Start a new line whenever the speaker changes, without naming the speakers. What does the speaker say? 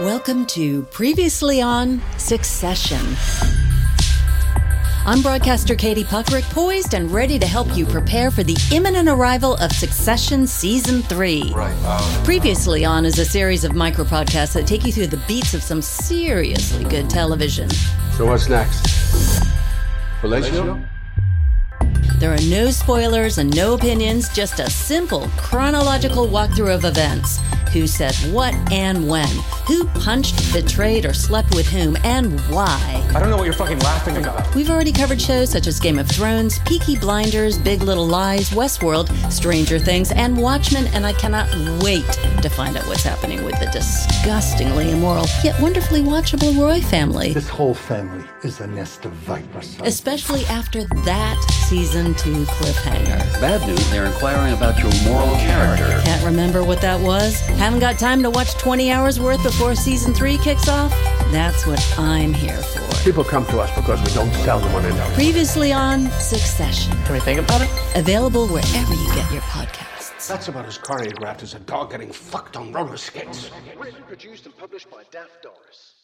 Welcome to Previously on Succession. I'm broadcaster Katie Puckrick, poised and ready to help you prepare for the imminent arrival of Succession Season 3.
Right. Um,
Previously on is a series of micro podcasts that take you through the beats of some seriously good television.
so what's next? Relational?
There are no spoilers and no opinions, just a simple chronological walkthrough of events. Who said what and when? Who punched, betrayed, or slept with whom, and why?
I don't know what you're fucking laughing about.
We've already covered shows such as Game of Thrones, Peaky Blinders, Big Little Lies, Westworld, Stranger Things, and Watchmen, and I cannot wait to find out what's happening with the disgustingly immoral yet wonderfully watchable Roy family,
This whole family is a nest of vipers. son.
especially after that season two cliffhanger.
Bad news, they're inquiring about your moral character.
Can't remember what that was? Haven't got time to watch 20 hours worth before season three kicks off? That's what I'm here for.
People come to us because we don't sell them on enough.
Previously on Succession,
Can we think about it?
available wherever you get your podcasts.
That's about as choreographed as a dog getting fucked on roller skates.
Written, produced, and published by Daph Doris.